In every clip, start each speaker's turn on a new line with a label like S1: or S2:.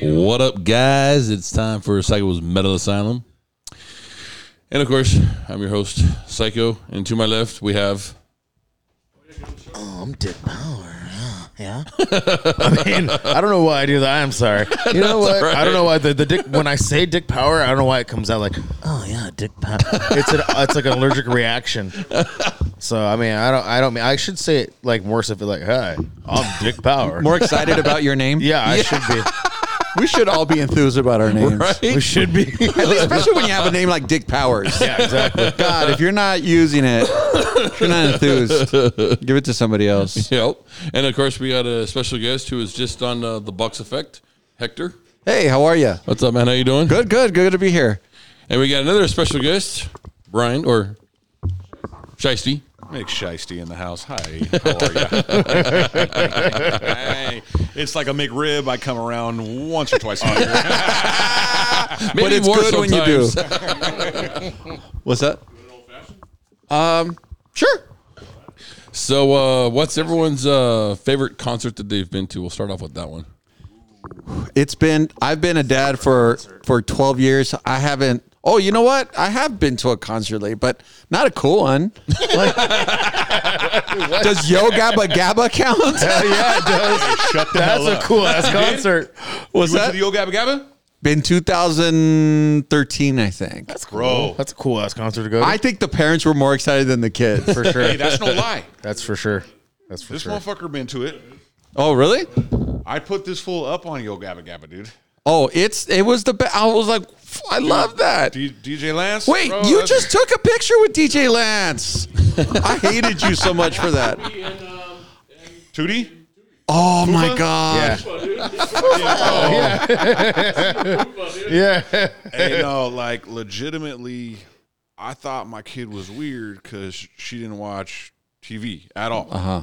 S1: What up, guys? It's time for Psycho's Metal Asylum. And of course, I'm your host, Psycho. And to my left, we have.
S2: I'm Dick Bauer. Yeah. I mean, I don't know why I do that. I'm sorry. You know what?
S1: all right.
S2: I don't know why the, the Dick when I say Dick Power, I don't know why it comes out like, oh yeah, Dick Power. It's an it's like an allergic reaction. So I mean, I don't I don't mean I should say it like more so if like, hi, I'm Dick Power.
S3: More excited about your name?
S2: yeah, I should be.
S3: We should all be enthused about our names.
S2: We
S1: Right?
S2: should be.
S3: Especially when you have a name like Dick Powers.
S2: yeah, exactly.
S3: God, if you're not using it, if you're not enthused. Give it to somebody else.
S1: Yep. And of course, we got a special guest who is just on uh, the Bucks Effect, Hector.
S3: Hey, how are you?
S1: What's up, man? How you doing?
S3: Good, good, good to be here.
S1: And we got another special guest, Brian or Shiesty.
S4: Make Shiesty in the house. Hi, how are you? it's like a McRib. I come around once or twice a year.
S1: Maybe
S3: but it's
S1: more
S3: good when you do.
S1: sometimes.
S3: What's that? Um, sure.
S1: So, uh, what's everyone's uh, favorite concert that they've been to? We'll start off with that one.
S3: It's been I've been a dad for for 12 years. I haven't Oh, you know what? I have been to a concert lately, but not a cool one. Like, does Yo Gabba Gabba count?
S2: yeah, it does.
S4: Shut the
S2: That's
S4: hell
S2: a
S4: up.
S2: cool ass concert.
S3: Was
S4: You went to
S3: that
S4: the old Gabba Gabba?
S3: been 2013, I think.
S4: Bro.
S2: That's a cool ass concert to go to.
S3: I think the parents were more excited than the kids.
S2: for sure.
S4: Hey, that's no lie.
S2: That's for sure. That's for
S4: This
S2: sure.
S4: motherfucker been to it.
S3: oh, really?
S4: I put this fool up on Yo Gabba Gabba, dude.
S3: Oh, it's it was the be- I was like, "F- I love that.
S4: D- DJ Lance.
S3: Wait,
S4: bro,
S3: you
S4: that's-
S3: just took a picture with DJ Lance. I hated you so much for that.
S4: Tootie?
S3: Oh my god. Oh.
S2: yeah.
S4: Hey, no, uh, like legitimately, I thought my kid was weird because she didn't watch TV at all. Uh huh.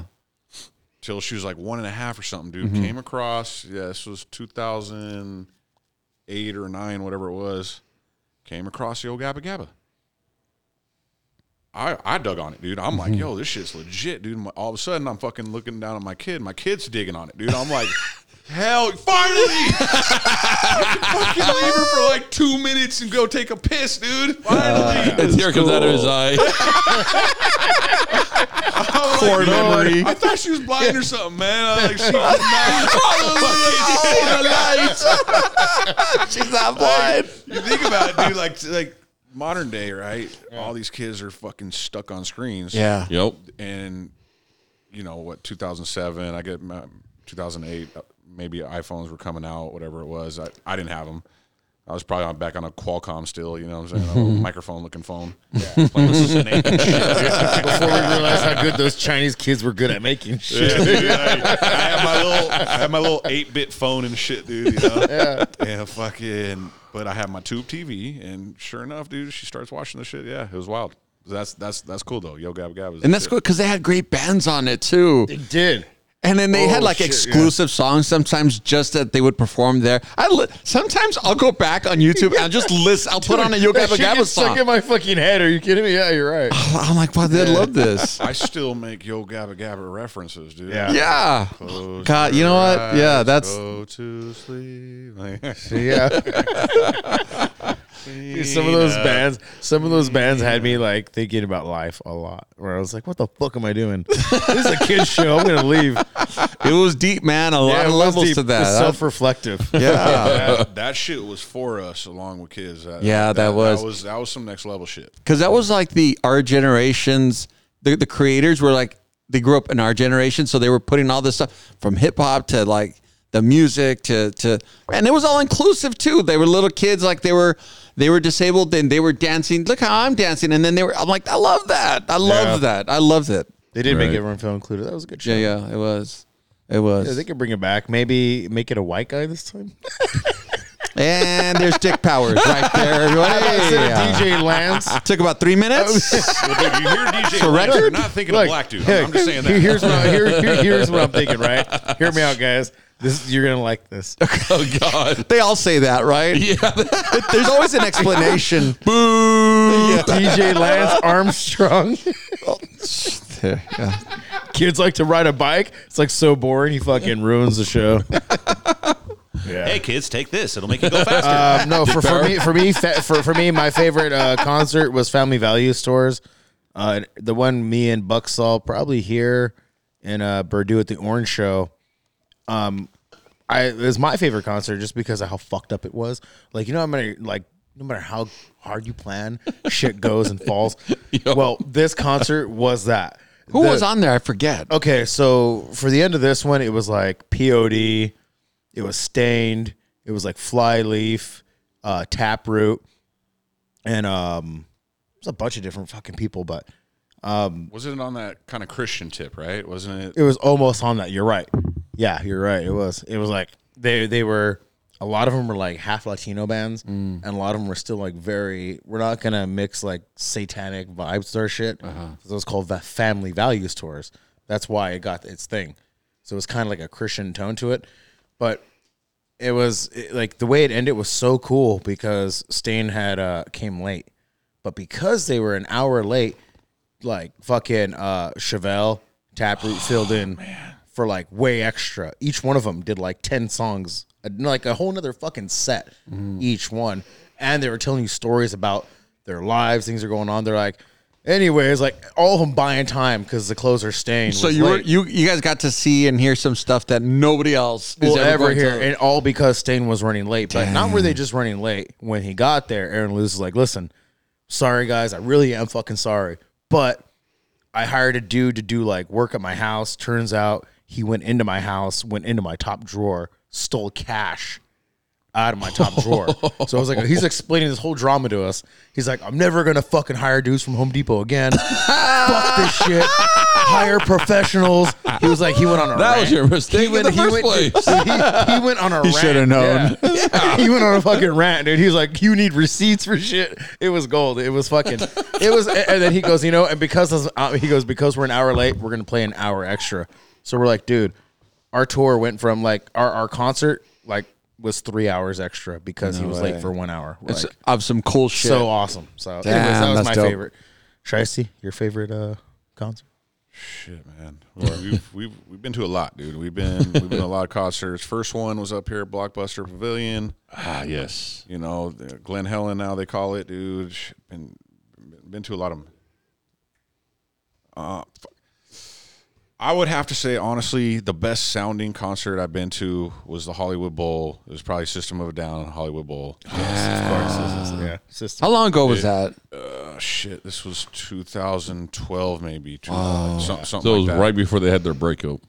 S4: Till she was like one and a half or something, dude. Came across, yeah, this was 2008 or nine, whatever it was. Came across the old Gabba Gabba. I, I dug on it, dude. I'm like, yo, this shit's legit, dude. All of a sudden, I'm fucking looking down at my kid. My kid's digging on it, dude. I'm like, hell, finally! fucking leave her for like two minutes and go take a piss, dude. Uh, Finally.
S1: The tear comes out of his eye.
S3: Core memory.
S4: I thought she was blind or something, man. I like she
S3: She's
S4: was not
S3: not blind.
S4: You think about it, dude, like like modern day, right? All these kids are fucking stuck on screens.
S3: Yeah.
S1: yep.
S4: And you know what, 2007, I get my 2008, uh, maybe iPhones were coming out, whatever it was. I, I didn't have them. I was probably on, back on a Qualcomm still, you know what I'm saying? A little microphone looking phone. Yeah. Playing with Snake and shit.
S2: Before we realized how good those Chinese kids were good at making shit.
S4: Yeah, dude, like, I had my little, I had my little eight bit phone and shit, dude. You know? Yeah. And fucking, but I have my tube TV, and sure enough, dude, she starts watching the shit. Yeah, it was wild. That's that's that's cool though. Yo, gab gab.
S3: And that's good because they had great bands on it too.
S2: It did.
S3: And then they had
S2: Oh,
S3: like
S2: shit, yeah.
S3: exclusive songs sometimes just that they would perform there. I li- sometimes I'll go back on YouTube and I'll just list. I'll put on a Yo
S2: That
S3: Gabba
S2: shit
S3: Gabba
S2: gets
S3: song.
S2: stuck in my fucking head. Are you kidding me? Yeah, you're right.
S3: I'm like, wow, they love this.
S4: I still make yo gabba gabba references, dude.
S2: Yeah.
S3: Yeah.
S4: Close
S3: God, you
S4: your
S3: know what? Yeah,
S4: eyes,
S3: that's
S4: go to sleep. Like,
S2: Yeah. Dude, some of those bands, some of those bands had me like thinking about life a lot. Where I was like, "What the fuck am I doing? This is a kids show. I'm gonna leave."
S3: it was deep, man. A lot of levels to that.
S2: Self reflective.
S3: yeah.
S4: that, that shit was for us along with kids. That,
S3: Yeah, that was.
S4: that was that was some next level shit.
S3: Cause that was like the our generations, the, the creators were like they grew up in our generation, so they were putting all this stuff from hip hop to like the music to to and it was all inclusive too. They were little kids, like they were they were disabled, then they were dancing. Look how I'm dancing, and then they were I'm like, I love that. I love
S2: Yeah.
S3: that. I loved it.
S2: They did make
S1: Right.
S2: everyone feel included. That was a good show.
S3: Yeah, yeah, it was. It was.
S2: Yeah, They could bring it back. Maybe make it a white guy this time.
S3: and there's Dick Powers right there. everyone.
S2: Instead of
S3: Yeah.
S2: DJ Lance.
S3: Took about three minutes.
S4: Well, dude, you hear DJ, Lance,
S3: record?
S4: you're not thinking of
S2: Look,
S4: black dude. I'm, I'm just saying that.
S2: Here's what, I- here, here- here's what I'm thinking. Right, hear me out, guys. This you're gonna like this.
S1: Oh God.
S3: they all say that, right?
S1: Yeah.
S3: There's always an explanation.
S2: DJ Lance Armstrong. Kids like to ride a bike. It's like so boring. He fucking ruins the show.
S5: Hey kids, take this. It'll make you go
S4: Uh,
S5: faster.
S2: Um, no, for, for me, for me, fa- for, for me, my favorite uh, concert was Family Value Stores. Uh, the one me and Buck saw probably here in uh, Purdue at the Orange Show. Um, I it was my favorite concert just because of how fucked up it was. Like you know, I'm gonna like no matter how hard you plan, shit goes and falls. Well, this concert was that.
S3: Who
S2: The-
S3: was on there? I forget.
S2: Okay, so for the end of this one, it was like POD, it was stained, it was like flyleaf, uh, taproot, and um, it was a bunch of different fucking people, but
S4: Wasn't it on that kind of Christian tip, right? Wasn't it?
S2: it was almost on that. You're right. Yeah, you're right. It was. It was like they they were a lot of them were like half Latino bands, and a lot of them were still like very. We're not gonna mix like satanic vibes or shit. uh It was called the Family Values Tours. That's why it got its thing. So it was kind of like a Christian tone to it, but it was it, like the way it ended was so cool because Stain had uh came late, but because they were an hour late, like fucking uh Chevelle
S3: Oh,
S2: Taproot filled in for like way extra. Each one of them did like 10 songs, uh, like a whole nother fucking set
S3: Mm-hmm.
S2: each one. And they were telling you stories about their lives, things are going on. They're like, anyways, like all of them buying time because the clothes are stained.
S3: So
S2: was
S3: you were,
S2: late.
S3: you you guys got to see and hear some stuff that nobody else is
S2: will
S3: ever,
S2: ever
S3: going
S2: hear,
S3: to-
S2: and all because Stain was running late. But not were they just running late. When he got there, Aaron Lewis is like, "Listen, sorry guys, I really am fucking sorry, but I hired a dude to do like work at my house. Turns out he went into my house, went into my top drawer, stole cash." Out of my top drawer, so I was like, he's explaining this whole drama to us. He's like, I'm never gonna fucking hire dudes from Home Depot again. Fuck this shit. Hire professionals. He was like, he went on a
S1: That
S2: rant.
S1: was your mistake in the first
S2: went,
S1: place.
S2: he, he went on a he
S3: shoulda known.
S2: he went on a fucking rant, dude. He was like, "You need receipts for shit." It was gold. It was fucking. It was, and then he goes, "You know," and because of- uh, he goes, "Because we're an hour late, we're gonna play an hour extra." So we're like, "Dude, our tour went from like our our concert like was three hours extra because he was late for one hour." We're
S3: It's
S2: like,
S3: of some cool shit.
S2: so awesome. So, anyways,
S3: Damn,
S2: that was
S3: that's
S2: my
S3: dope.
S2: favorite. Tracy, your favorite uh concert?
S4: Shit, man. Well, we've, we've we've been to a lot, dude. We've been we've been to a lot of concerts. First one was up here at Blockbuster Pavilion.
S1: ah, yes.
S4: You know, the Glen Helen now they call it, dude. Sh- Been been to a lot of 'em. Uh, fuck. I would have to say honestly, the best sounding concert I've been to was the Hollywood Bowl. It was probably System of a Down and Hollywood Bowl.
S1: Ah.
S2: yeah, system.
S3: How long ago was that?
S4: Oh shit, this was 2012 maybe, two,
S2: Oh,
S4: some- something
S1: So it
S4: like
S1: was
S4: that.
S1: right before they had their breakup,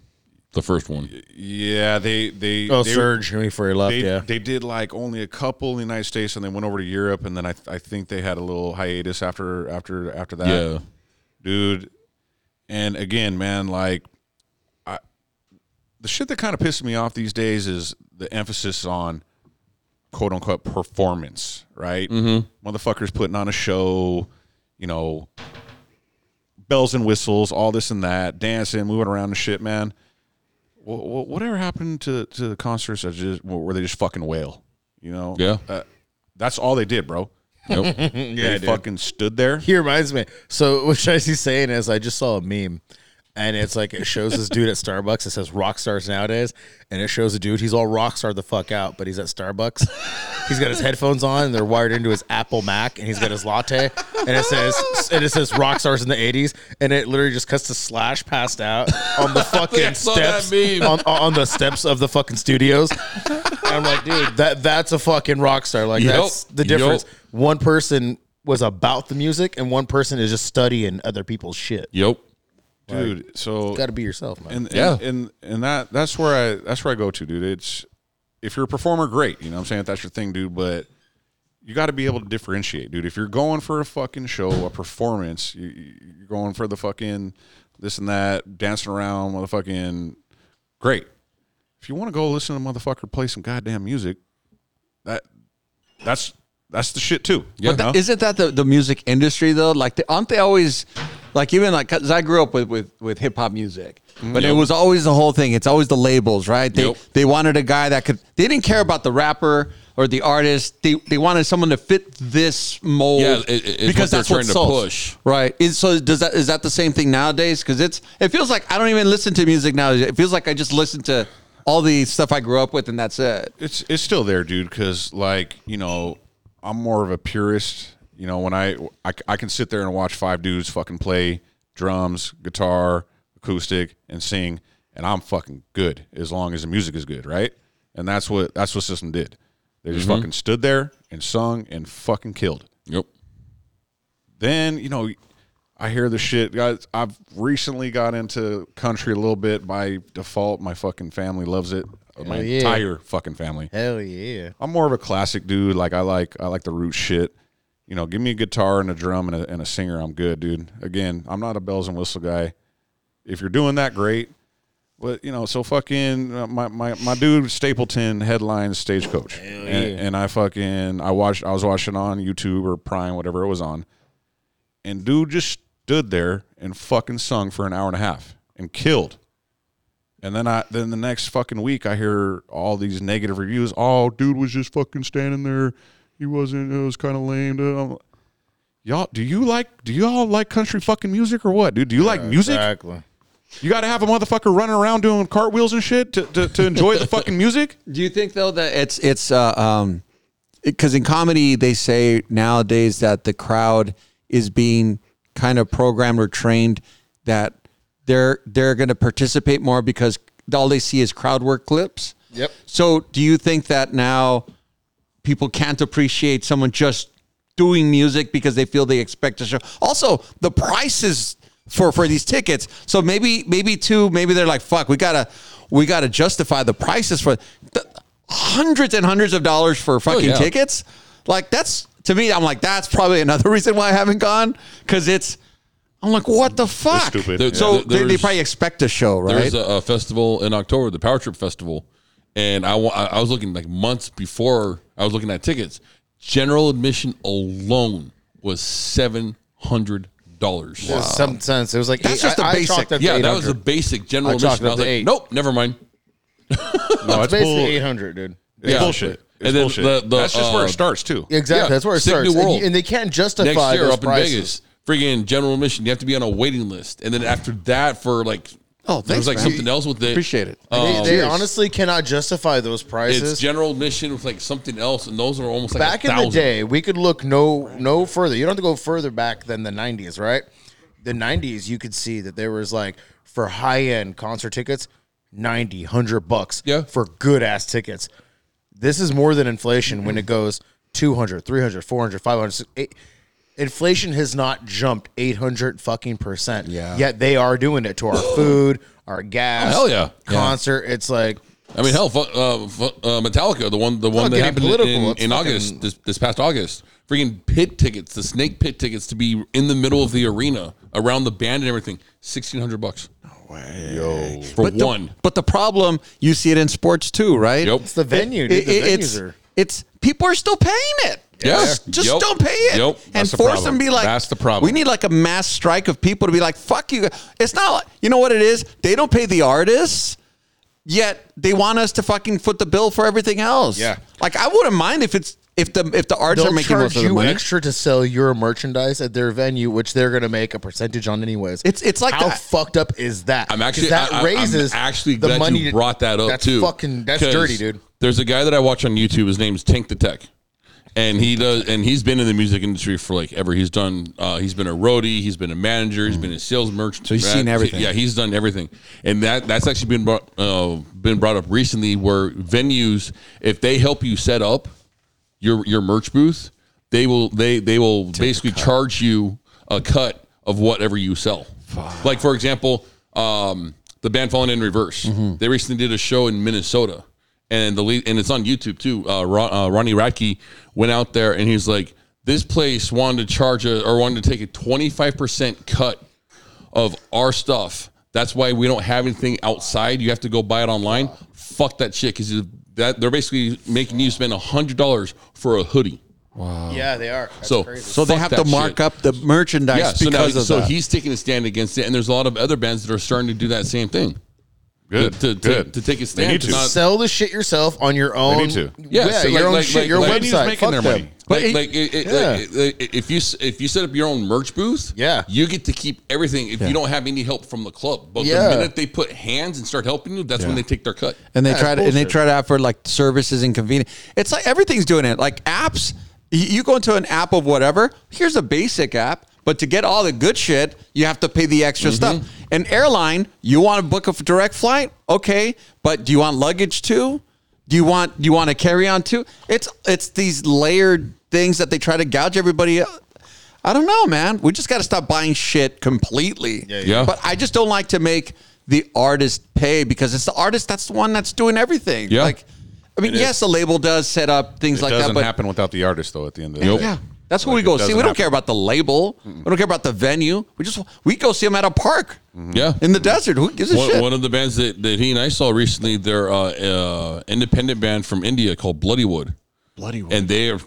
S1: the first one.
S4: Yeah, they they
S2: Oh,
S4: they,
S2: Surge, before he left.
S4: they,
S2: yeah,
S4: they did like only a couple in the United States, and they went over to Europe, and then I, I think they had a little hiatus after after after that,
S2: uh,
S1: Yeah.
S4: dude. And again, man, like I, the shit that kind of pisses me off these days is the emphasis on quote unquote performance, right? Mm-hmm. Motherfuckers putting on a show, you know, bells and whistles, all this and that, dancing, moving around and shit, man. Wha- wha- Whatever happened to, to the concerts that just where they just fucking wail, you know?
S1: Yeah.
S4: uh, that's all they did, bro.
S1: Nope.
S4: they fucking stood there.
S2: He reminds me. So what Tracy's saying is, I just saw a meme, and it's like it shows this dude at Starbucks. It says rock stars nowadays, and it shows a dude. He's all rock star the fuck out, but he's at Starbucks. he's got his headphones on, and they're wired into his Apple Mac, and he's got his latte, and it says and it says rock stars in the '80s, and it literally just cuts to Slash passed out on the fucking
S1: saw that
S2: steps
S1: meme.
S2: on on the steps of the fucking studios. And I'm like, dude, that that's a fucking rock star. Like
S1: Yup.
S2: that's the
S1: Yup.
S2: difference one person was about the music and one person is just studying other people's shit. You
S1: yep.
S4: dude. so
S2: got to be yourself, man.
S4: and, and
S1: Yeah.
S4: and and that that's where I that's where I go to, dude. It's if you're a performer, great. You know what I'm saying? If that's your thing, dude, but you got to be able to differentiate, dude. If you're going for a fucking show, a performance, you, you- you're going for the fucking this and that, dancing around, motherfucking great. If you want to go listen to motherfucker play some goddamn music, that that's that's the shit too. Yeah,
S3: But that, isn't that the, the music industry though? Like, they, aren't they always like even like? Cause I grew up with with, with hip hop music, but it was always the whole thing. It's always the labels, right? They
S1: Mm-hmm. Yep.
S3: they wanted a guy that could. They didn't care about the rapper or the artist. They they wanted someone to fit this mold.
S1: Yeah, it- it- it's what they're trying to
S3: sells,
S1: push.
S3: right? Is, so does that is that the same thing nowadays? Because it's it feels like I don't even listen to music nowadays. It feels like I just listen to all the stuff I grew up with, and that's it.
S4: it's it's still there, dude. Because like you know, I'm more of a purist. You know, when I, I c- I can sit there and watch five dudes fucking play drums, guitar, acoustic, and sing, and I'm fucking good as long as the music is good, right? And that's what that's what System did. They just fucking stood there and sung and fucking killed.
S1: Yep.
S4: Then you know, I hear the shit. Guys, I've recently got into country a little bit by default. My fucking family loves it. My
S2: yeah.
S4: entire fucking family.
S2: Hell yeah.
S4: I'm more of a classic dude. Like I like I like the root shit. You know, give me a guitar and a drum and a, and a singer. I'm good, dude. Again, I'm not a bells and whistle guy. If you're doing that, great. But you know, so fucking uh, my my, my dude Stapleton headlines Stagecoach, and, and I fucking I watched I was watching on YouTube or Prime whatever it was on, and dude just stood there and fucking sung for an hour and a half and killed. And then I then the next fucking week I hear all these negative reviews. Oh, dude was just fucking standing there. He wasn't. It was kind of lame. Uh, Y'all, do you like do y'all like country fucking music or what, dude? Do you like music?
S2: Exactly.
S4: You got to have a motherfucker running around doing cartwheels and shit to, to, to enjoy the fucking music.
S3: Do you think though that it's it's uh, um because in comedy they say nowadays that the crowd is being kind of programmed or trained that they're they're going to participate more because all they see is crowd work clips.
S2: Yep.
S3: So do you think that now people can't appreciate someone just doing music because they feel they expect to show? Also, the prices for for these tickets. So maybe maybe two maybe they're like fuck, we got to we got to justify the prices for th- hundreds and hundreds of dollars for fucking
S1: Oh, yeah.
S3: tickets. Like that's to me I'm like that's probably another reason why I haven't gone cuz it's I'm like what the fuck?
S4: stupid.
S1: There-
S3: So
S1: there-
S3: they, they
S1: there's-
S3: probably expect a show, right?
S1: There's a, a festival in October, the Power Trip Festival, and I, wa- I I was looking like months before I was looking at tickets. General admission alone was seven hundred dollars.
S2: There's Some sense. It was like
S3: That's just the
S2: I,
S3: basic.
S2: I chalked up to
S1: Yeah, that was the
S2: 800.
S1: basic general
S2: I chalked
S1: admission.
S2: it
S1: I
S2: up
S1: was like,
S2: to eight.
S1: nope, never mind.
S4: No, it's
S2: basically
S4: bull-
S2: 800, dude.
S4: it's
S1: Yeah.
S4: bullshit.
S1: And
S4: It's
S1: then
S4: bullshit.
S1: the- the,
S4: That's just where
S1: uh,
S4: it starts too.
S2: Exactly.
S1: Yeah.
S2: That's where it
S1: Sick New
S2: starts. And,
S1: World.
S2: you- and they can't
S1: Next
S2: justify
S1: year
S2: those
S1: up
S2: prices.
S1: in Vegas, freaking general admission. You have to be on a waiting list, and then after that for like
S3: Oh,
S1: there was
S3: thanks,
S1: like
S3: man.
S1: something else with it.
S3: Appreciate it.
S2: They,
S1: Um,
S2: they honestly cannot justify those
S1: it's
S2: prices.
S1: general admission with like something else, and those are almost like
S2: back
S1: a
S2: in the
S1: thousand.
S2: day, we could look no no further. You don't have to go further back than the '90s, right? The '90s, you could see that there was like for high end concert tickets, 90, 100 bucks
S1: Yeah.
S2: for good ass tickets. This is more than inflation when it goes 200, 300, 400, 500. It, inflation has not jumped 800 fucking percent.
S3: Yeah.
S2: Yet they are doing it to our food, our gas,
S1: hell yeah. Yeah.
S2: concert. It's like
S1: I mean, hell, fu- uh, fu- uh, Metallica, the one, the one that
S2: getting
S1: happened in,
S2: political.
S1: in
S2: It's fucking-
S1: August, this, this past August, freaking pit tickets, the snake pit tickets to be in the middle of the arena around the band and everything, sixteen hundred bucks. No way, yo, for
S3: the-
S1: one.
S3: but the problem, you see it in sports too, right?
S1: Yep.
S2: it's the venue. dude.
S3: It-
S2: the
S3: it-
S2: venues
S3: it's,
S2: are-
S3: it's people are still paying it.
S1: Yeah.
S3: Just, just
S1: Yep.
S3: don't pay it.
S1: Yep.
S3: And
S1: That's the
S3: force
S1: problem.
S3: them to be like
S1: That's the problem.
S3: We need like a mass strike of people to be like, fuck you. It's not like you know what it is? They don't pay the artists, yet they want us to fucking foot the bill for everything else.
S2: Yeah.
S3: Like I wouldn't mind if it's if the if the artists are
S2: They'll
S3: making
S2: charge
S3: most of
S2: you
S3: the money.
S2: extra to sell your merchandise at their venue, which they're going to make a percentage on anyways.
S3: It's- it's like
S2: how
S3: that-
S2: fucked up is that?
S1: I'm
S2: 'Cause
S1: actually
S2: that
S1: I- I- I'm
S2: raises
S1: actually
S2: the
S1: glad
S2: money.
S1: you
S2: to-
S1: brought that up
S2: that's
S1: too.
S2: fucking that's
S1: 'Cause
S2: dirty, dude.
S1: There's a guy that I watch on YouTube. His name's Tank the Tech, and he does and he's been in the music industry for like ever. He's done. Uh, he's been a roadie. He's been a manager.
S2: Mm.
S1: He's been a sales merchant. So
S3: he's seen everything.
S1: Yeah, he's done everything, and that that's actually been brought uh, been brought up recently. Where venues, if they help you set up your your merch booth, they will they they will basically charge you a cut of whatever you sell. Like for example, um, the band Fallen in Reverse. They recently did a show in Minnesota, and the lead, and it's on YouTube too. Uh, Ron, uh, Ronnie Radke went out there and he's like, "This place wanted to charge a, or wanted to take a twenty five percent cut of our stuff. That's why we don't have anything outside. You have to go buy it online. Fuck that shit because that they're basically making you spend hundred dollars for a hoodie.
S3: Oh.
S2: Yeah, they are. That's
S1: so,
S2: crazy.
S3: so they have to mark up the merchandise
S1: Yeah, so now
S3: because of
S1: so
S3: that.
S1: he's taking a stand against it, and there's a lot of other bands that are starting to do that same thing.
S4: Good,
S1: to, to,
S4: good.
S1: To, to take a
S4: They
S1: stand.
S4: need to.
S1: It's not-
S2: Sell the shit yourself on your own.
S4: need to.
S2: Yeah,
S1: so
S2: your own shit, your
S1: like-
S4: Venue's
S2: website.
S4: making
S2: Fuck
S4: their
S2: them.
S4: money.
S1: Like,
S3: it-
S1: like, it, it, like, it- if you s- if you set up your own merch booth,
S2: Yeah.
S1: you get to keep everything. If you don't have any help from the club, but
S2: Yeah.
S1: the minute they put hands and start helping you, that's when they take their cut.
S3: and they
S2: That's
S3: try to and they
S2: bullshit.
S3: try to offer like services and convenience. It's like everything's doing it. Like apps, you, you go into an app of whatever. Here's a basic app, but to get all the good shit, you have to pay the extra stuff. An airline, you want to book a f- direct flight, okay, but do you want luggage too? Do you want do you want to carry on too? It's it's these layered things that they try to gouge everybody. uh, I don't know, man. We just got to stop buying shit completely.
S1: yeah. Yeah.
S3: But I just don't like to make the artist pay because it's the artist that's the one that's doing everything.
S1: Yeah.
S3: Like, I mean, yes, the label does set up things
S4: It
S3: like
S4: doesn't
S3: that, but
S4: happen without the artist, though. At the end of the day,
S3: yeah, that's what
S4: Like,
S3: we
S4: it
S3: go see.
S4: doesn't
S3: We don't
S4: happen.
S3: care about the label. We don't care about the venue. We just we go see them at a park
S4: Mm-hmm.
S1: Yeah.
S3: in the desert. Who gives a
S1: One,
S3: shit?
S1: one of the bands that, that he and I saw recently, they're uh, uh, independent band from India called Bloodywood. Bloodywood, and they are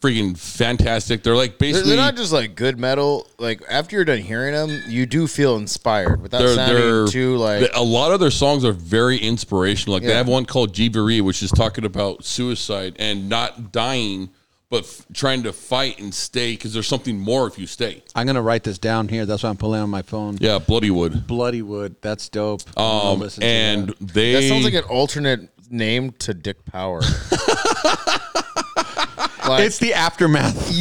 S1: freaking fantastic. They're like
S2: They're,
S1: basically
S2: they're not just like good metal. Like after you're done hearing them, you do feel inspired without
S1: they're,
S2: sounding
S1: they're-
S2: too like.
S1: a lot of their songs are very inspirational. Like they
S2: Yeah.
S1: have one called Jivari, E, which is talking about suicide and not dying, but f- trying to fight and stay because there's something more if you stay.
S3: I'm gonna write this down here. That's why I'm pulling on my phone.
S1: Yeah, Bloodywood.
S3: Bloody Wood. That's dope. I'm gonna
S1: Um,
S3: listen to
S1: and
S3: that.
S1: they
S2: that sounds like an alternate name to Dick Power. like,
S3: it's the aftermath.
S2: I'm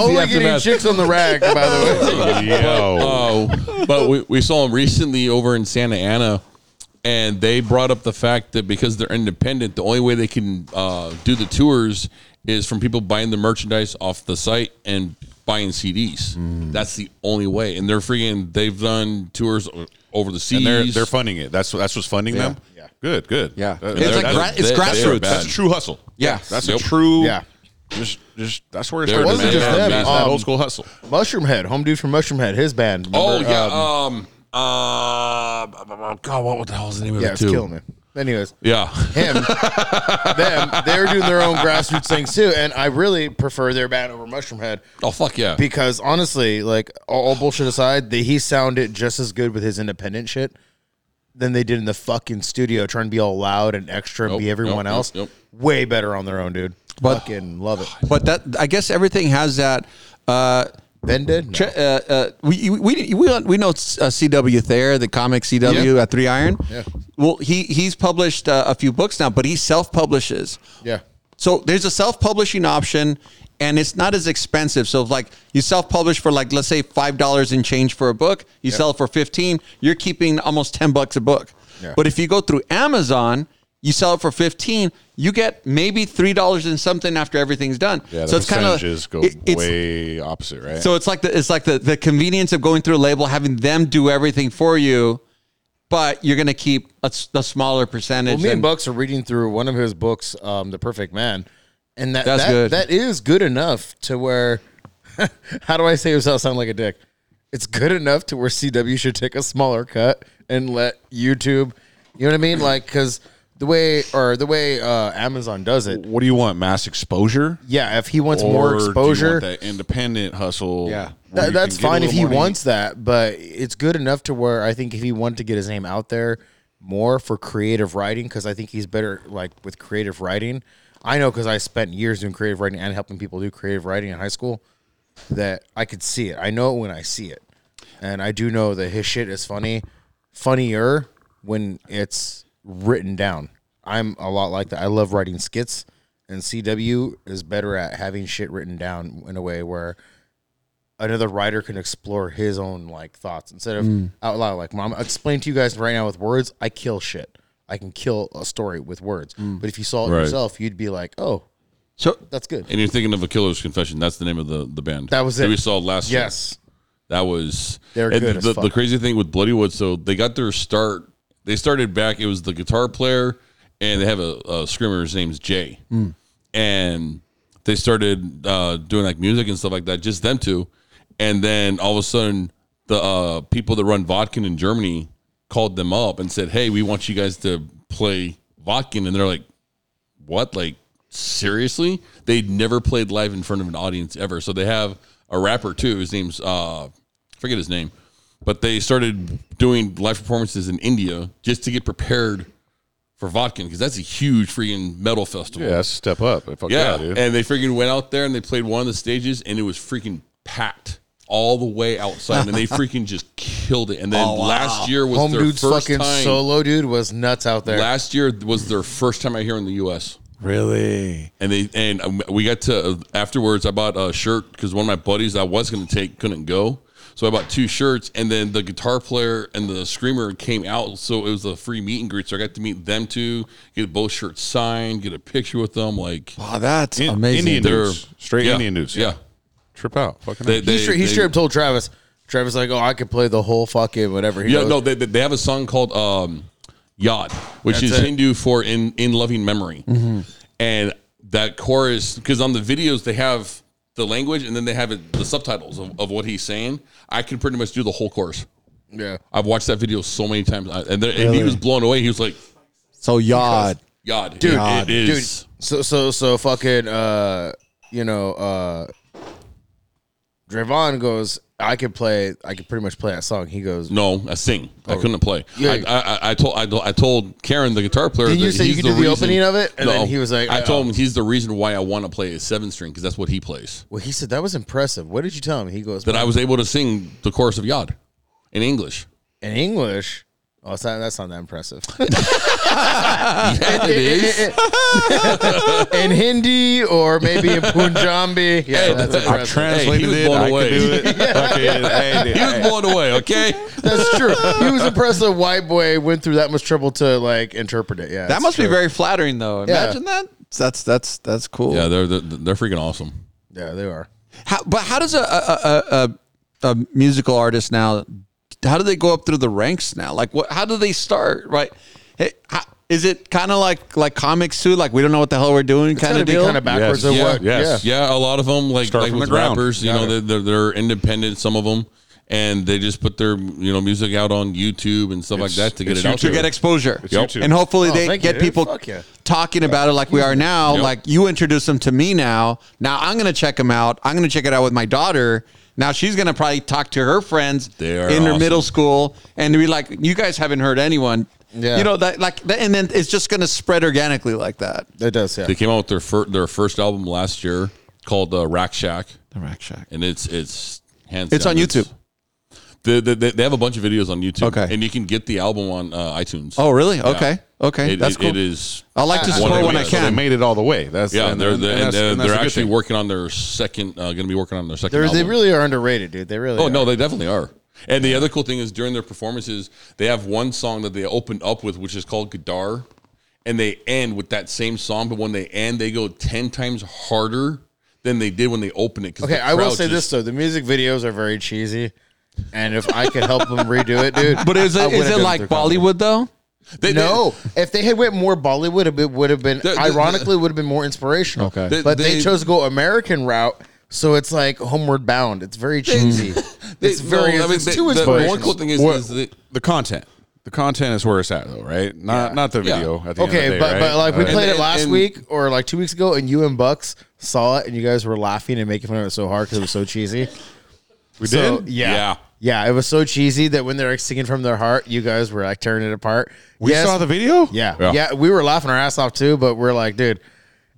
S2: only getting
S1: aftermath.
S2: chicks on the rack, by the way.
S4: uh, Yo.
S1: Oh, but we, we saw them recently over in Santa Ana, and they brought up the fact that because they're independent, the only way they can uh, do the tours is from people buying the merchandise off the site and buying CDs.
S2: Mm.
S1: That's the only way. And they're freaking, they've done tours o- over the seas.
S4: and they're they're funding it. That's that's what's funding them.
S2: Yeah.
S4: Good. Good.
S3: Yeah.
S4: That-
S3: It's like
S4: that-
S3: gra- it's
S4: that-
S3: grassroots.
S4: That's a true hustle.
S3: Yeah.
S4: That's
S1: Yep.
S4: a true.
S2: Yeah.
S4: Just just that's where it
S1: They're
S4: started.
S2: wasn't
S4: man.
S2: just them.
S4: It's that
S2: Um,
S4: old school hustle.
S2: Mushroom Head, home dude from Mushroom Head, his band.
S1: oh,
S2: remember?
S1: yeah.
S2: Um,
S1: Um, uh, b- b- b- God, what the hell is the name of
S2: yeah,
S1: it,
S2: it's
S1: too?
S2: killing it. Anyways,
S1: Yeah.
S2: him, them, they're doing their own grassroots things too, and I really prefer their band over Mushroom Head
S1: Oh, fuck yeah.
S2: because honestly, like all, all bullshit aside, the, he sounded just as good with his independent shit than they did in the fucking studio, trying to be all loud and extra and
S1: Nope,
S2: be everyone
S1: nope, nope,
S2: else.
S1: nope.
S2: Way better on their own, dude.
S3: But-
S2: fucking love it.
S3: but that I guess everything has that. Uh,
S2: Ben did. No.
S3: Ch- uh, uh, we, we we we we know uh, CW Thayer, the comic CW at Three Iron.
S2: Yeah.
S3: Well, he he's published uh, a few books now, but he self publishes.
S2: Yeah.
S3: So there's a self publishing option, and it's not as expensive. So if, like you self publish for like let's say five dollars in change for a book, you sell it for fifteen. You're keeping almost ten bucks a book.
S2: Yeah.
S3: But if you go through Amazon. You sell it for fifteen. You get maybe three dollars and something after everything's done.
S4: Yeah. The
S3: so it's kind of
S4: percentages go way opposite, right?
S3: so it's like the it's like the, the convenience of going through a label, having them do everything for you, but you're gonna keep a, s- the smaller percentage.
S2: Well, me and
S3: and-
S2: Bucks are reading through one of his books, um, The Perfect Man, and that
S3: That's
S2: that,
S3: good.
S2: that is good enough to where. how do I say this without sounding like a dick? It's good enough to where CW should take a smaller cut and let YouTube. You know what I mean? Like because the way or the way uh, Amazon does it.
S4: what do you want? Mass exposure.
S2: Yeah, if he wants
S4: Or
S2: more
S4: do you want
S2: exposure,
S4: that independent hustle.
S3: Yeah.
S4: where
S2: That-
S4: you
S2: that's
S4: can get a
S2: fine if
S4: little
S2: he
S4: money?
S2: wants that, but it's good enough to where I think if he wanted to get his name out there more for creative writing, because I think he's better like with creative writing. I know because I spent years doing creative writing and helping people do creative writing in high school that I could see it. I know it when I see it, and I do know that his shit is funny, funnier when it's written down. I'm a lot like that. I love writing skits, and CW is better at having shit written down in a way where another writer can explore his own like thoughts instead of out loud. Like, mom, explain to you guys right now with words. I kill shit. I can kill a story with words. But if you saw it
S1: Right.
S2: yourself, you'd be like, oh,
S3: so
S2: that's good.
S1: and you're thinking of a Killer's Confession. That's the name of the, the band.
S2: That was it.
S1: we saw last year.
S2: yes.
S1: That was
S2: They're
S1: and
S2: good
S1: The,
S2: as
S1: the
S2: fuck.
S1: crazy thing with Bloodywood, so they got their start. They started back. It was the guitar player, and they have a, a screamer. His name's Jay,
S2: Hmm.
S1: and they started uh, doing like music and stuff like that. Just them two, and then all of a sudden, the uh, people that run Vodkin in Germany called them up and said, "Hey, we want you guys to play Vodkin," and they're like, what? Like seriously? They'd never played live in front of an audience ever. So they have a rapper too. His name's uh I forget his name, but they started doing live performances in India just to get prepared for Vodkin because that's a huge freaking metal festival.
S6: Yeah, that's a step up. Fuck yeah,
S1: Yeah,
S6: dude.
S1: and they freaking went out there and they played one of the stages, and it was freaking packed all the way outside, and they freaking just killed it. And then last year was
S2: Oh, Home
S1: their
S2: dude's
S1: first
S2: fucking
S1: time.
S2: solo dude was nuts out there.
S1: Last year was their first time out here in the U.S.
S3: Really?
S1: And they and um, we got to afterwards. I bought a shirt because one of my buddies I was going to take couldn't go, so I bought two shirts. And then the guitar player and the screamer came out, so it was a free meet and greet. So I got to meet them two, get both shirts signed, get a picture with them. Like
S3: Wow, that's
S6: In-
S3: amazing.
S6: Indian
S1: They're-
S6: dudes, straight
S1: yeah,
S6: Indian dudes.
S1: yeah.
S6: trip out. Fucking
S1: They,
S6: hell.
S1: they,
S2: he straight, he
S1: they-
S2: straight up told Travis. Travis like, oh, I could play the whole fucking whatever. He
S1: Yeah,
S2: goes,
S1: no, they, they- they have a song called um, "Yad," which
S2: That's
S1: is
S2: it. Mm-hmm.
S1: Hindu for "in in loving memory," and that chorus because on the videos they have the language and then they have it, the subtitles of, of what he's saying. I can pretty much do the whole chorus.
S2: yeah.
S1: I've watched that video so many times, I, and, there, and he was blown away. He was like,
S3: So Yod.
S1: "Yad, it-
S2: Dude,
S1: it is."
S2: dude. So so so fucking uh you know uh Drayvon goes, I could play I could pretty much play that song. He goes,
S1: No, I sing. I couldn't play.
S2: Oh. Yeah.
S1: I, I, I- I told I, told- I told Karen the guitar player.
S2: Didn't you
S1: that
S2: say you
S1: he's
S2: could do the opening of it? And
S1: no,
S2: then he was like,
S1: I
S2: uh,
S1: told him he's the reason why I want to play a seven string because that's what he plays.
S2: Well he said that was impressive. What did you tell him? He goes
S1: that I was able to sing the chorus of Yod in English.
S2: in English. Oh, it's not, that's not that impressive.
S1: Yeah, it is.
S2: in Hindi or maybe in Punjabi. Yeah, that's
S6: I
S2: impressive.
S1: Hey, he
S6: translated
S1: was
S6: it.
S1: blown
S6: I
S1: away.
S6: could do it. Fucking, hey, dude,
S1: He was
S6: hey.
S1: blown away. Okay,
S2: That's true. He was impressed that a white boy went through that much trouble to like interpret it. Yeah.
S3: That
S2: it's
S3: must be
S2: true.
S3: very flattering, though. Imagine that. That's that's that's cool.
S1: yeah, they're they're, they're freaking awesome.
S2: Yeah, they are.
S3: How, but how does a a, a a a musical artist now? How do they go up through the ranks now? Like, what? How do they start? Right? Hey, how, is it kind of like like comics too? Like we don't know what the hell we're doing, kind
S2: Gotta
S3: of
S2: be
S3: deal.
S2: kind of backwards
S6: Yes.
S2: of
S1: Yeah.
S2: what.
S6: Yes.
S2: Yeah.
S1: Yeah, a lot of them like
S6: Start
S1: like
S6: from
S1: with
S6: the ground.
S1: rappers, you know, they're, they're they're independent. Some of them, and they just put their you know music out on YouTube and stuff
S6: It's-
S1: like that to get
S6: it's
S1: it out
S6: YouTube.
S3: to
S1: there.
S3: get exposure,
S6: Yep. YouTube.
S3: and hopefully
S2: Oh,
S3: they
S2: thank
S3: get
S2: you, dude.
S3: people
S2: Fuck yeah.
S3: talking about it like we are now.
S1: Yep.
S3: Like you introduce them to me now. Now I'm gonna check them out. I'm gonna check it out with my daughter. Now she's gonna probably talk to her friends
S1: They are
S3: in her
S1: awesome.
S3: middle school and be like, "You guys haven't heard anyone."
S2: Yeah.
S3: You know that like, that, and then it's just gonna spread organically like that.
S2: It does, yeah.
S1: They came out with their fir- their first album last year called uh, Rack Shack,
S3: The Rack Shack.
S1: and it's it's hands
S3: It's
S1: down,
S3: on YouTube.
S1: They, they, they have a bunch of videos on YouTube,
S3: Okay.
S1: and you can get the album on uh, iTunes.
S3: Oh, really?
S1: Yeah.
S3: Okay, okay,
S1: It-
S3: that's
S1: it-
S3: cool.
S1: It is.
S3: I like to
S1: one
S3: support
S1: of
S3: when I
S1: the-
S6: So they
S3: can.
S6: made it all the way. That's
S1: Yeah,
S6: and-
S1: they're
S6: and
S1: they're,
S6: that's-
S1: they're,
S6: and that's
S1: they're
S6: a good
S1: actually
S6: thing.
S1: working on their second. Uh, Going to be working on their 2nd
S2: They're, they
S1: album.
S2: really are underrated, dude. They really
S1: oh
S2: are.
S1: no, they definitely are. And the other cool thing is during their performances, they have one song that they open up with, which is called Gadar, and they end with that same song. But when they end, they go ten times harder than they did when they open it. 'cause
S2: Okay,
S1: the
S2: I will
S1: crowd
S2: say this
S1: just-
S2: though: the music videos are very cheesy, and if I could help them redo it, dude.
S3: but is
S2: I
S3: it
S2: would've
S3: is it
S2: done
S3: like
S2: through comedy.
S3: Bollywood though?
S1: They, they-
S2: No, if they had went more Bollywood, it would have been
S1: The- the-
S2: ironically would have been more inspirational.
S3: Okay.
S1: They-
S2: but they,
S1: they-
S2: chose to go American route, so it's like homeward bound. It's very cheesy.
S1: they-
S2: it's very
S1: no, I mean,
S2: it's
S1: they-
S2: too
S1: the- The
S2: inspirational.
S1: one cool thing is,
S6: What-
S1: is that
S6: the content. The content is where it's at, though, right? Not not the
S1: Yeah.
S6: video. At the end of
S2: Okay,
S6: the day,
S2: but,
S6: right?
S2: but like we
S6: Uh,
S2: played
S1: And-
S2: it last
S1: and-
S2: week or like two weeks ago, and you and Bucks saw it, and you guys were laughing and making fun of it so hard because it was so cheesy.
S6: we
S2: So,
S6: did.
S2: yeah.
S1: Yeah.
S2: yeah. it was so cheesy that when they were singing from their heart, you guys were like tearing it apart.
S6: We
S2: Yes,
S6: saw the video.
S2: Yeah, yeah. we were laughing our ass off too, but we're like, dude.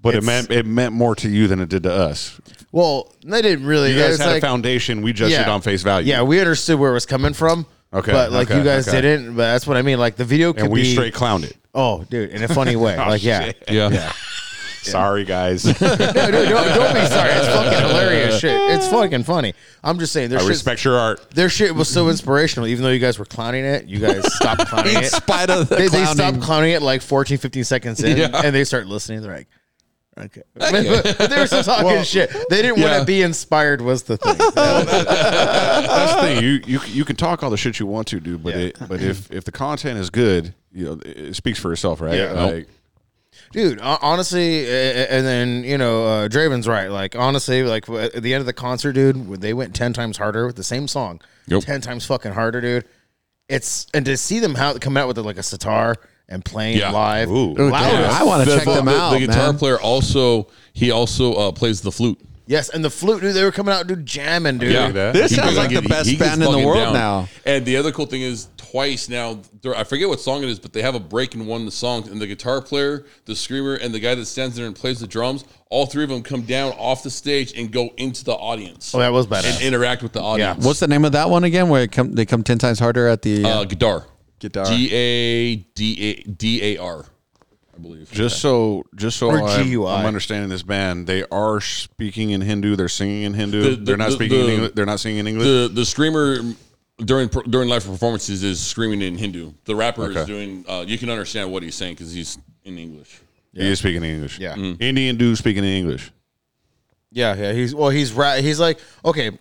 S6: but it
S2: it's-
S6: meant it meant more to you than it did to us.
S2: Well, they didn't really.
S6: You guys
S2: it's
S6: had a
S2: like-
S6: foundation. We judged it on face value.
S2: Yeah, we understood where it was coming from.
S6: Okay,
S2: But like
S6: okay,
S2: you guys
S6: okay.
S2: didn't. But that's what I mean. Like the video could
S6: and we
S2: be
S6: straight clowned it. Oh,
S2: Oh, dude, in a funny way. like yeah.
S1: yeah,
S6: Sorry, guys. I
S2: No, dude, don't, don't be sorry. It's fucking hilarious shit. It's fucking funny. I'm just saying their shit
S6: respect your art.
S2: their shit was so inspirational even though you guys were clowning it. You guys stopped clowning
S3: In
S2: it.
S3: spite of the
S2: They, they
S3: clowning.
S2: stop clowning it like 14, 15 seconds in
S1: Yeah.
S2: and they start listening. They're like Okay. but, but they were still talking shit. They didn't want
S1: yeah.
S2: to be inspired was the thing.
S6: That's the thing. You you you can talk all the shit you want to, dude. But it, but if if the content is good, you know, it it speaks for itself, right?
S2: Yeah.
S6: Like,
S2: dude hon- honestly a- a- and then you know uh, draven's right like honestly like w- at the end of the concert dude w- they went 10 times harder with the same song
S1: Yep.
S2: 10 times fucking harder dude it's and to see them how come out with like a sitar and playing
S1: Yeah.
S2: live
S6: Ooh.
S2: loud
S3: Damn,
S2: as
S3: I want to
S1: The-
S3: check
S1: the-
S3: them
S1: the-
S3: out,
S1: The guitar
S3: man.
S1: player also he also uh, plays the flute.
S2: Yes, and the flute, dude, they were coming out, dude, jamming, dude.
S1: Yeah.
S3: This
S1: He
S3: sounds
S1: can
S3: like
S1: get-
S3: the best
S1: he gets
S3: band in the
S1: fucking
S3: world now.
S1: And the other cool thing is, twice now, there- I forget what song it is, but they have a break in one of the songs, and the guitar player, the screamer, and the guy that stands there and plays the drums, all three of them come down off the stage and go into the audience
S2: Oh, that was badass.
S1: and interact with the audience.
S3: What's the name of that one again? Where it come, they come ten times harder at the.
S1: Uh, guitar.
S3: Guitar.
S1: G A D A D A R, I believe.
S4: Just so, just so
S2: Or
S4: I'm,
S2: GUI.
S4: I'm understanding this band, they are speaking in Hindu. They're singing in Hindu.
S1: The- the-
S4: they're not
S1: the-
S4: speaking.
S1: the-
S4: in English, they're not singing in English.
S1: the the screamer during during live performances is screaming in Hindu. The rapper is
S4: Okay.
S1: doing. Uh, you can understand what he's saying because he's in English.
S4: He is speaking in English.
S2: Yeah.
S1: Mm.
S4: Indian dude speaking in English.
S2: Yeah, yeah. He's well. He's right. He's like okay.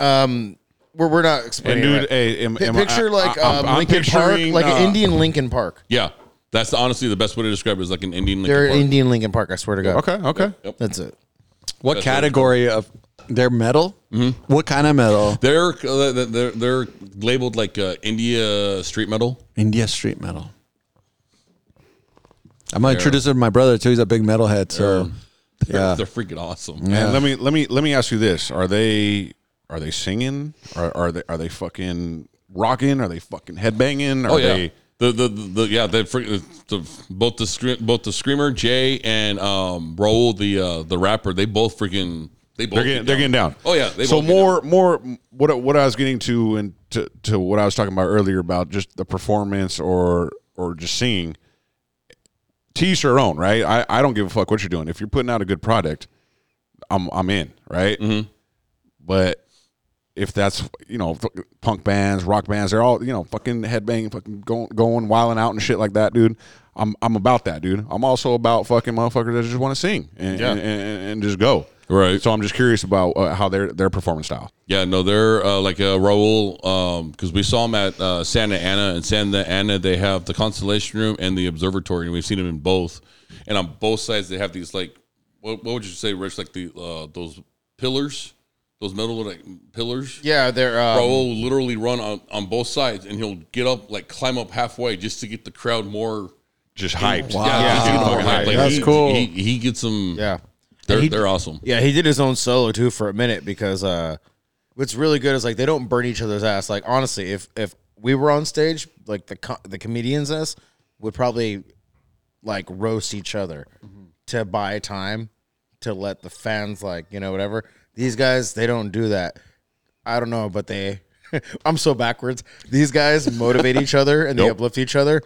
S2: Um, we're we're not
S4: And
S2: explaining. it
S4: dude,
S2: right.
S4: hey, am,
S2: Pi-
S4: am I-
S2: picture
S4: I-
S2: like
S4: I'm-
S2: um,
S4: I'm
S2: Lincoln Park,
S4: picturing,
S2: like
S4: uh,
S2: an Indian Lincoln Park.
S1: Yeah, that's honestly the best way to describe it is like an Indian. Linkin
S2: They're
S1: Park.
S2: Indian Lincoln Park. I swear to God.
S4: Okay, okay.
S2: That's it.
S3: what category of their metal? Mm-hmm. What kind of metal?
S1: They're uh, they're they're labeled like uh, India street metal.
S3: India street metal. I'm gonna introduce it to my brother too. He's a big metalhead, so
S1: They're,
S3: Yeah.
S1: they're freaking awesome.
S4: And let me let me let me ask you this: Are they are they singing? Are, are they are they fucking rocking? Are they fucking headbanging? Are
S1: Oh yeah.
S4: they
S1: the, the, the, the- yeah the, fr- the both the scre- both the screamer Jay and um Raul the uh, the rapper they both freaking they both
S4: they're getting they're getting down.
S1: Oh, yeah, they
S4: so
S1: both get
S4: more more what what I was getting to and to, to what I was talking about earlier about just the performance or or just singing. Tease your own, right? I, I don't give a fuck what you're doing. If you're putting out a good product, I'm I'm in, right?
S1: Mm-hmm.
S4: But if that's you know fuck- punk bands, rock bands, they're all you know fucking headbanging, fucking going, going wilding out and shit like that, dude. I'm I'm about that, dude. I'm also about fucking motherfuckers that just want to sing and, and, and, and just go.
S1: Right.
S4: So I'm just curious about uh, how their their performance style.
S1: Yeah, no, they're uh, like uh, Raul, because we saw him at uh, Santa Ana, and Santa Ana they have the Constellation Room and the Observatory, and we've seen him in both. And on both sides, they have these like, what, what would you say, Rich? Like the uh, those pillars, those metal like pillars.
S2: Yeah, they're um,
S1: Raul will literally run on, on both sides, and he'll get up like climb up halfway just to get the crowd more.
S4: Just hyped.
S1: Wow, yeah, just to get them more hyped. Like,
S3: That's
S1: he-
S3: cool.
S1: He, he gets them.
S2: yeah,
S1: they're,
S2: He-
S1: they're awesome.
S2: yeah. He did his own solo too for a minute because uh, what's really good is like they don't burn each other's ass. Like honestly, if if we were on stage, like the co- the comedians us would probably like roast each other
S4: Mm-hmm.
S2: to buy time to let the fans like you know whatever. These guys they don't do that. I don't know, but they. I'm so backwards. These guys motivate each other and they uplift each other.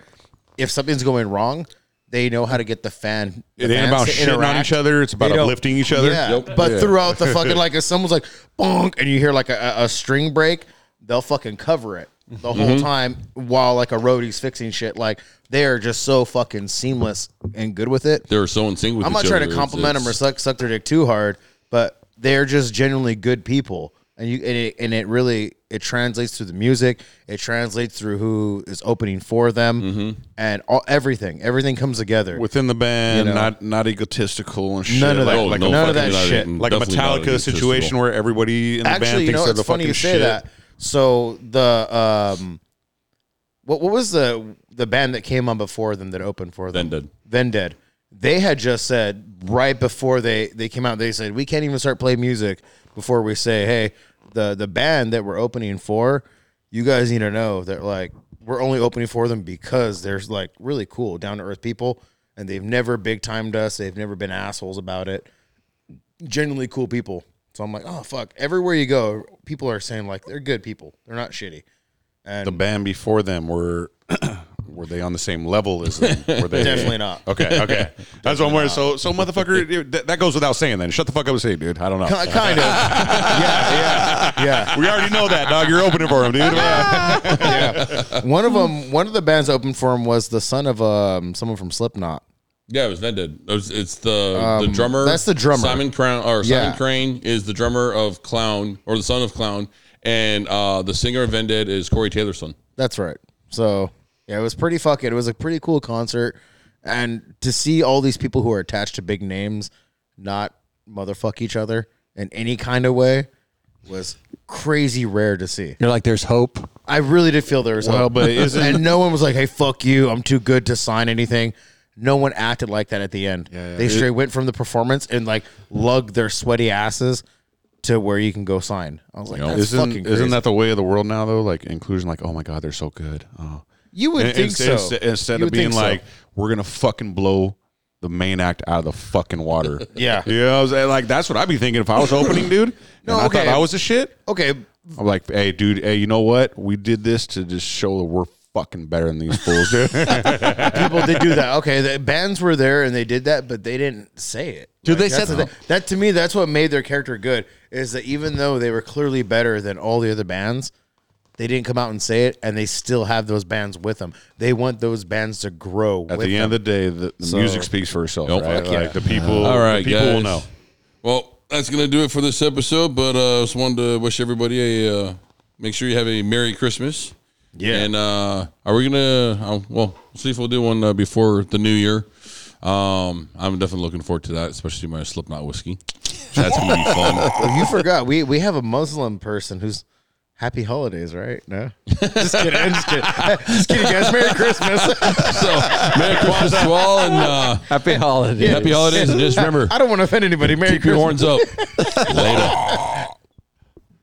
S2: If something's going wrong, they know how to get the fan. the
S4: It
S2: fans
S4: ain't about
S2: to
S4: shitting on
S2: interact.
S4: each other, it's about
S2: They don't-
S4: uplifting each other.
S2: Yeah,
S4: Yep.
S2: but
S4: Yeah.
S2: throughout the fucking like, if someone's like bonk and you hear like a, a string break, they'll fucking cover it the whole
S4: Mm-hmm.
S2: time while like a roadie's fixing shit. Like they are just so fucking seamless and good with it.
S1: They're so in sync with
S2: I'm
S1: each
S2: not trying
S1: other.
S2: to
S1: It's-
S2: compliment them or
S1: it's-
S2: suck suck their dick too hard, but they're just genuinely good people, and you and it, and it really it translates through the music, it translates through who is opening for them,
S4: Mm-hmm.
S2: and all everything everything comes together.
S4: Within the band,
S2: You know.
S4: not not egotistical and shit.
S2: None of that.
S4: Like, like
S2: no,
S4: a,
S2: none
S4: fucking-
S2: of that
S1: fucking
S2: shit.
S1: not.
S4: like a
S1: Definitely not
S4: Metallica situation
S1: egotistical.
S4: where everybody in the band
S2: Actually,
S4: thinks
S2: you know,
S4: they're
S2: it's
S4: the
S2: funny
S4: fucking
S2: you say
S4: shit.
S2: that. So the um, what what was the the band that came on before them that opened for them?
S1: Then Dead.
S2: Then Dead. They had just said right before they they came out, they said we can't even start playing music before we say, hey, the the band that we're opening for, you guys need to know that like we're only opening for them because they're like really cool, down to earth people, and they've never big timed us. They've never been assholes about it genuinely cool people. So I'm like, oh fuck! Everywhere you go, people are saying like they're good people. They're not shitty.
S4: The band before them were were they on the same level as them? Were they
S2: Definitely not.
S4: Okay, okay. That's what I'm worried. So, so motherfucker, dude, that, that goes without saying. Then shut the fuck up and say, it, dude. I don't know.
S2: Ki- kind of. yeah, yeah, yeah.
S4: we already know that, dog. You're opening for him, dude.
S2: One of them, one of the bands that opened for him was the son of um someone from Slipknot.
S1: Yeah, it was Ned Dead. It was, it's the the drummer.
S2: that's the drummer.
S1: Simon Crown or
S2: Yeah.
S1: Simon Crane is the drummer of Clown or the son of Clown, and uh, the singer of Vended is Corey Taylor's son.
S2: That's right. So yeah, it was pretty fucking. It was a pretty cool concert, and to see all these people who are attached to big names not motherfuck each other in any kind of way was crazy rare to see.
S3: You're like, there's hope.
S2: I really did feel there was well,
S4: but isn't-
S2: and no one was like, "Hey, fuck you! I'm too good to sign anything." no one acted like that at the end. They straight went from the performance and like lugged their sweaty asses to where you can go sign. I was like, that's
S4: isn't
S2: fucking crazy.
S4: isn't that the way of the world now though? Like inclusion, like oh my god, they're so good. Oh.
S2: you would
S4: And-
S2: think
S4: instead,
S2: so.
S4: instead
S2: You
S4: of
S2: would think
S4: being
S2: so.
S4: like we're gonna fucking blow the main act out of the fucking water.
S2: Yeah.
S4: you know, what I'm saying? like that's what I'd be thinking if I was opening, dude.
S2: No,
S4: no, I
S2: okay.
S4: thought I was the shit.
S2: okay,
S4: I'm like, hey, dude, hey, you know what? We did this to just show that we're fucking better than these fools, dude.
S2: people did do that. Okay, the bands were there and they did that, but they didn't say it.
S3: Dude, they
S2: that's
S3: said
S2: the
S3: that.
S2: thing. that to me. That's what made their character good. Is that even though they were clearly better than all the other bands, they didn't come out and say it, and they still have those bands with them. They want those bands to grow.
S4: At
S2: with
S4: the end
S2: them.
S4: of the day, the, the music speaks for itself,
S1: Nope.
S4: right?
S1: Fuck
S4: Like the people,
S1: All right,
S4: the people will
S1: guys.
S4: know.
S1: Well, that's gonna do it for this episode. But uh, just wanted to wish everybody a uh, make sure you have a Merry Christmas. Yeah. And uh, are we gonna? Uh, well, we'll see if we'll do one uh, before the New Year. Um, I'm definitely looking forward to that, especially my Slipknot whiskey. That's gonna be fun.
S2: Oh, you forgot we we have a Muslim person who's. Happy holidays, right? No, just kidding. I'm just kidding. just kidding, guys. Merry Christmas.
S1: so, Merry Christmas to all, and uh,
S3: Happy holidays.
S1: happy holidays. And just remember,
S2: I don't want to offend anybody. Merry
S1: keep your
S2: Christmas.
S1: horns up. Later.